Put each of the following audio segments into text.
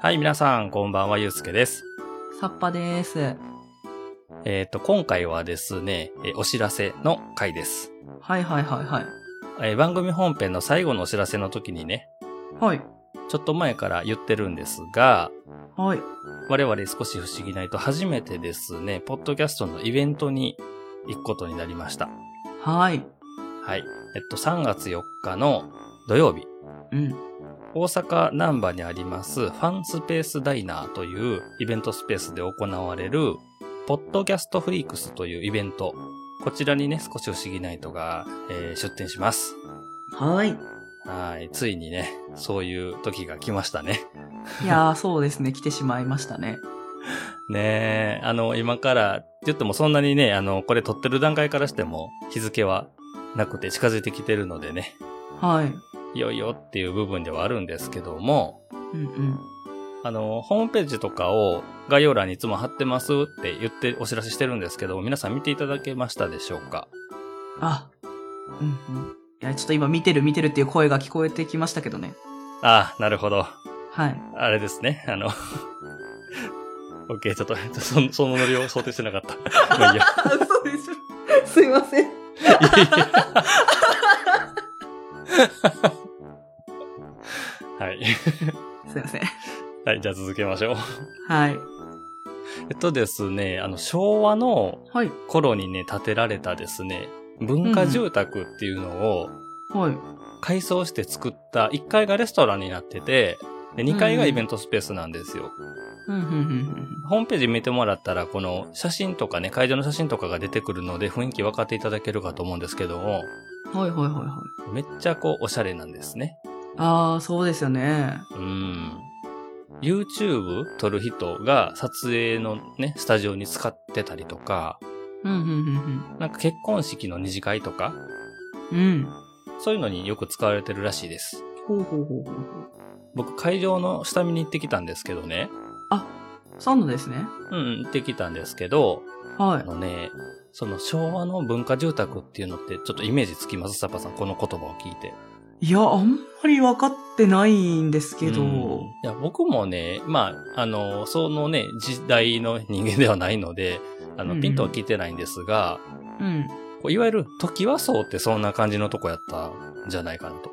はい、皆さん、こんばんは、ゆうすけです。さっぱです。えっ、と、今回はですね、えーお知らせの回です、はいはいはいはい。えー番組本編の最後のお知らせの時にね、はい。ちょっと前から言ってるんですが、はい。我々少し不思議ないと初めてですね、ポッドキャストのイベントに行くことになりました。はい。はい。えっと、3月4日の土曜日、うん。大阪南波にありますファンスペースダイナーというイベントスペースで行われる、ポッドキャストフリークスというイベント。こちらにね、少し不思議ナイトが、えー出展します。はい。はい。ついにね、そういう時が来ましたね。いやー、そうですね。来てしまいましたね。ねえ、あの、今から、って言ってもそんなにね、あの、これ撮ってる段階からしても日付はなくて近づいてきてるのでね、はい。いよいよっていう部分ではあるんですけども、うんうん。あの、ホームページとかを概要欄にいつも貼ってますって言ってお知らせしてるんですけど、皆さん見ていただけましたでしょうかあ。うんうん。いや、ちょっと今見てる見てるっていう声が聞こえてきましたけどね。ああ、なるほど。はい。あれですね。あの、OK、ちょっと、ちょっとそそのノリを想定してなかった。 まあいいやあ、嘘です。すいません。はい。すいません。はい、じゃあ続けましょう。はい。えっとですね、あの、昭和のはい。頃にね、建てられたですね、文化住宅っていうのをはい。改装して作った、1階がレストランになってて、で2階がイベントスペースなんですよ。うんうんうんホームページ見てもらったら、この写真とかね、会場の写真とかが出てくるので、雰囲気分かっていただけるかと思うんですけども、うん。はいはいはいはい。めっちゃこう、おしゃれなんですね。あー、そうですよね。うん。YouTube 撮る人が撮影のね、スタジオに使ってたりとか、うんうんうんなんか結婚式の二次会とか、うん。うん。そういうのによく使われてるらしいです。ほうほうほうほうほう。僕、会場の下見に行ってきたんですけどね。あ、サンドですね。うんうん、行ってきたんですけど、はあのね、その昭和の文化住宅っていうのってちょっとイメージつきますサパさん、この言葉を聞いて。い。いや、あんまり分かってないんですけど。うんいや、僕もね、まあ、あの、そのね、時代の人間ではないので、あうの、んうんピンとは聞いてないんですが、うん。こういわゆる時和荘ってそんな感じのとこやったんじゃないかなと。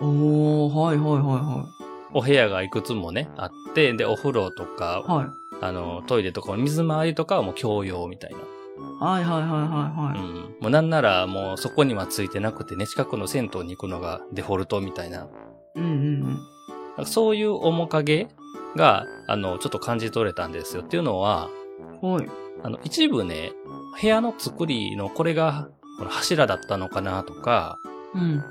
おー、はいはいはいはお部屋がいくつもね、あって、で、お風呂とか、い。はい。あの、トイレとか、水回りとかはもう共用みたいな。はいはいはいはいはうい。ん。もうなんならもうそこにはついてなくてね、近くの銭湯に行くのがデフォルトみたいな。うんうんうん。なんかそういう面影が、あの、ちょっと感じ取れたんですよ。っていうのは、はい。あの、一部ね、部屋の作りのこれが、この柱だったのかなとか、うん。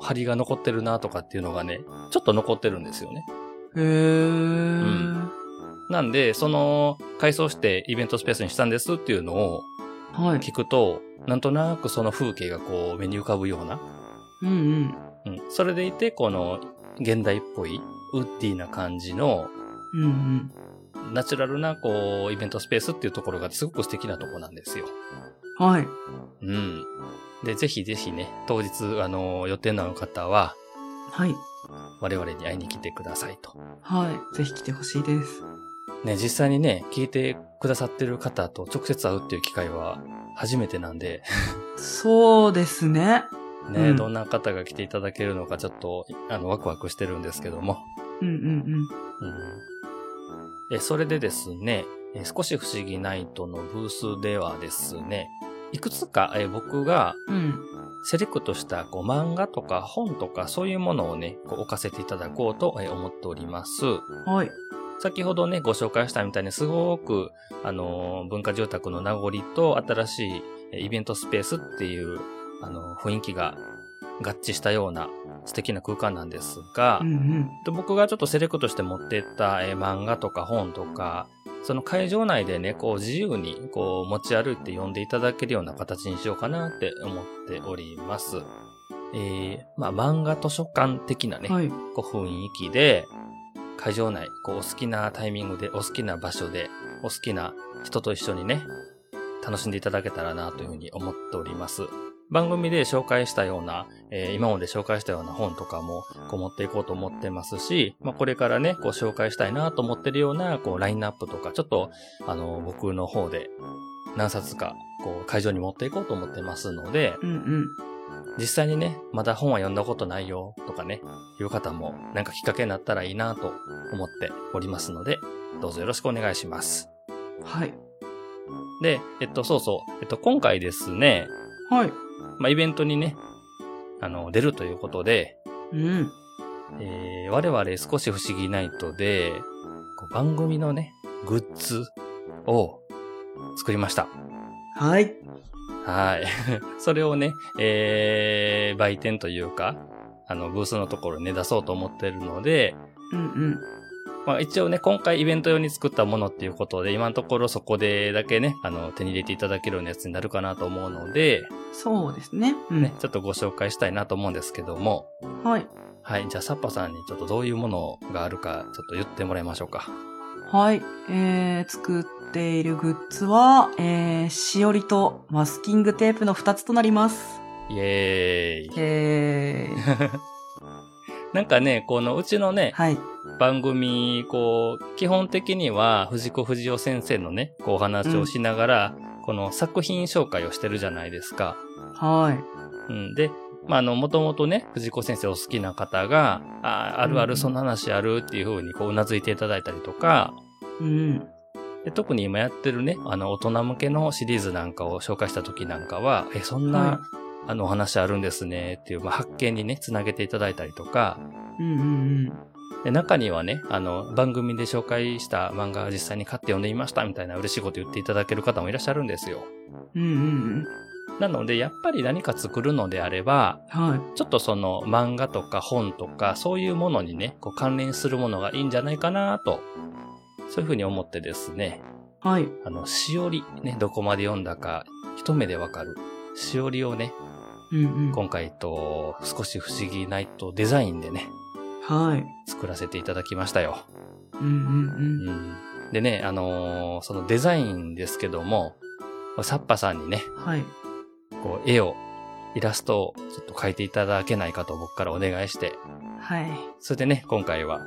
梁が残ってるなとかっていうのがね、ちょっと残ってるんですよね。へー。なんで、その、改装してイベントスペースにしたんですっていうのをはい。聞くと、なんとなくその風景がこう目に浮かぶような、うんうん。うん。それでいて、この、現代っぽい、ウッディな感じの、うんうん。ナチュラルな、こう、イベントスペースっていうところがすごく素敵なとこなんですよ。はい。うん。で、ぜひぜひね、当日、あの、予定のある方は、はい。我々に会いに来てくださいと。はい。ぜひ来てほしいです。ね、実際にね、聞いてくださってる方と直接会うっていう機会は初めてなんで、 そうですね。ね、うんどんな方が来ていただけるのかちょっと、あの、ワクワクしてるんですけども。うんうんうんえ、それでですね、え少し不思議ナイトのブースではですね、いくつかえ僕がうん。うん。セレクトしたこう漫画とか本とかそういうものをね、こう置かせていただこうとえ思っております。はい。先ほどね、ご紹介したみたいにすごく、あのー、文化住宅の名残と新しいえイベントスペースっていう、あのー、雰囲気が合致したような素敵な空間なんですが、うんうん。で僕がちょっとセレクトして持ってった、えー漫画とか本とか、その会場内でね、こう自由にこう持ち歩いて読んでいただけるような形にしようかなって思っております。えー、まあ漫画図書館的なね、はい。こう雰囲気で、会場内、こうお好きなタイミングで、お好きな場所で、お好きな人と一緒にね、楽しんでいただけたらなというふうに思っております。番組で紹介したような、えー今まで紹介したような本とかも、こう持っていこうと思ってますし、まあ、これからね、こう紹介したいなと思ってるような、こう、ラインナップとか、ちょっと、あの、僕の方で、何冊か、こう、会場に持っていこうと思ってますので、うんうん。実際にね、まだ本は読んだことないよとかね、いう方もなんかきっかけになったらいいなと思っておりますので、どうぞよろしくお願いします。はい。で、えっと、そうそう、えっと、今回ですね、はい。まあ、イベントにね、あの、出るということで、うん。えー、我々少し不思議ナイトで、こう番組のね、グッズを作りました。はい。はい。 それをね、えー、売店というか、あの、ブースのところにね、出そうと思ってるので、うんうん。まあ一応ね、今回イベント用に作ったものっていうことで、今のところそこでだけね、あの、手に入れていただけるようなやつになるかなと思うので、そうですね。うん。ね、ちょっとご紹介したいなと思うんですけども、はい。はい、じゃあサッパさんにちょっとどういうものがあるか、ちょっと言ってもらいましょうか。はい。えー、作っているグッズは、えー、しおりとマスキングテープの2つとなります。イエーイ。え ー、なんかね、このうちのね、はい。番組、こう、基本的には藤子不二雄先生のね、こうお話をしながら、この作品紹介をしてるじゃないですか。はうい。ん、で、まあ、あの、もともとね、藤子先生お好きな方が、ああるあうる、んそんな話あるっていう風にこう、うなずいていただいたりとか、うん。で特に今やってるね、あの、大人向けのシリーズなんかを紹介した時なんかは、え、そんな、はいあの、お話あるんですね、っていう、まあ、発見にね、つなげていただいたりとか、うんうんで中にはね、あの、番組で紹介した漫画実際に買って読んでみました、みたいな嬉しいこと言っていただける方もいらっしゃるんですよ。うん。うんうんうん。なので、やっぱり何か作るのであれば、はい。ちょっとその漫画とか本とかそういうものにね、こう関連するものがいいんじゃないかなと、そういうふうに思ってですね、はい。あの、しおり、ね、どこまで読んだか一目でわかる。しおりをね、うんうん。今回と少し不思議ナイトデザインでね、はい。作らせていただきましたよ。うんうんうん、でね、あのーそのデザインですけども、サッパさんにね、うん。はい。こう絵を、イラストをちょっと描いていただけないかと僕からお願いして、はい。それでね、今回は、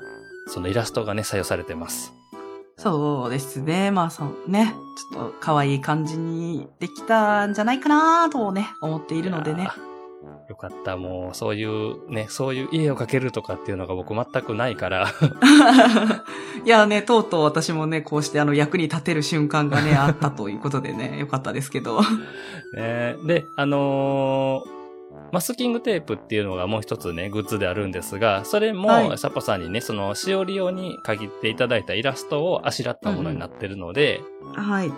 そのイラストがね、採用されてます。そうですね。まあ、そうね。ちょっと可愛い感じにできたんじゃないかなとね、思っているのでいねや。ー。よかった、もう、そういう、ね、そういう家を描けるとかっていうのが僕全くないから、 いやね、とうとう私もね、こうしてあの役に立てる瞬間が ね、あったということでね、よかったですけど。ね、で、あのーマスキングテープっていうのがもう一つね、グッズであるんですが、それも、はいサポさんにね、その、しおり用に限っていただいたイラストをあしらったものになってるので、はい。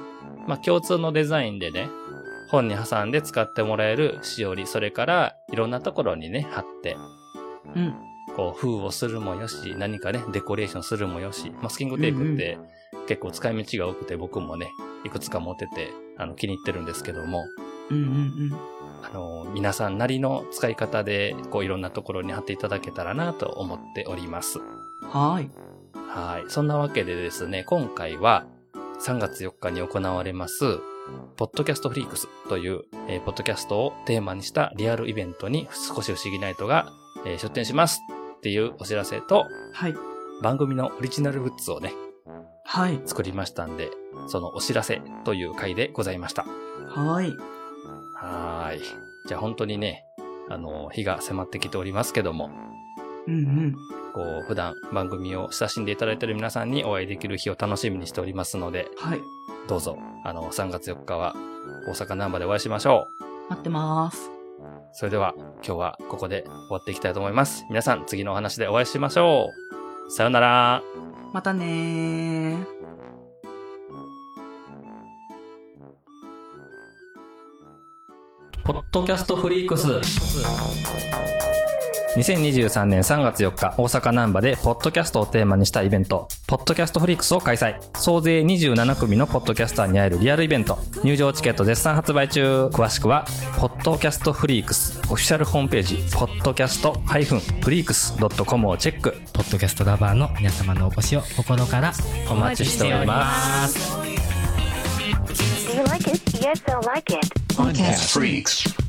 まあ、共通のデザインでね、本に挟んで使ってもらえるしおり、それから、いろんなところにね、貼って、うん。こう、封をするもよし、何かね、デコレーションするもよし、マスキングテープって結構使い道が多くて僕もね、いくつか持ってて、あの、気に入ってるんですけども、うんうんあの、皆さんなりの使い方で、こう、いろんなところに貼っていただけたらなと思っております。うん。はい。はい。そんなわけでですね、今回は3月4日に行われます、ポッドキャストフリークスという、えーポッドキャストをテーマにしたリアルイベントに少し不思議ナイトが、えー出展しますっていうお知らせと、はい。番組のオリジナルグッズをね、はい。作りましたんで、そのお知らせという回でございました。はい。はーい。じゃあ本当にね、あの、日が迫ってきておりますけども、うんこう、普段番組を親しんでいただいている皆さんにお会いできる日を楽しみにしておりますので、うん。はい。どうぞ、あの、3月4日は大阪ナンバでお会いしましょう。待ってます。それでは、今日はここで終わっていきたいと思います。皆さん、次のお話でお会いしましょう。さよなら。またねー。ポッドキャストフリークス。2023年3月4日、大阪難波で、ポッドキャストをテーマにしたイベント、ポッドキャストフリークスを開催。総勢27組のポッドキャスターに会えるリアルイベント。入場チケット絶賛発売中。詳しくは、ポッドキャストフリークス、オフィシャルホームページ、podcast-freaks.com をチェック。ポッドキャストラバーの皆様のお越しを心からお待ちしております。 You like it? Yeah. Podcast Freaks.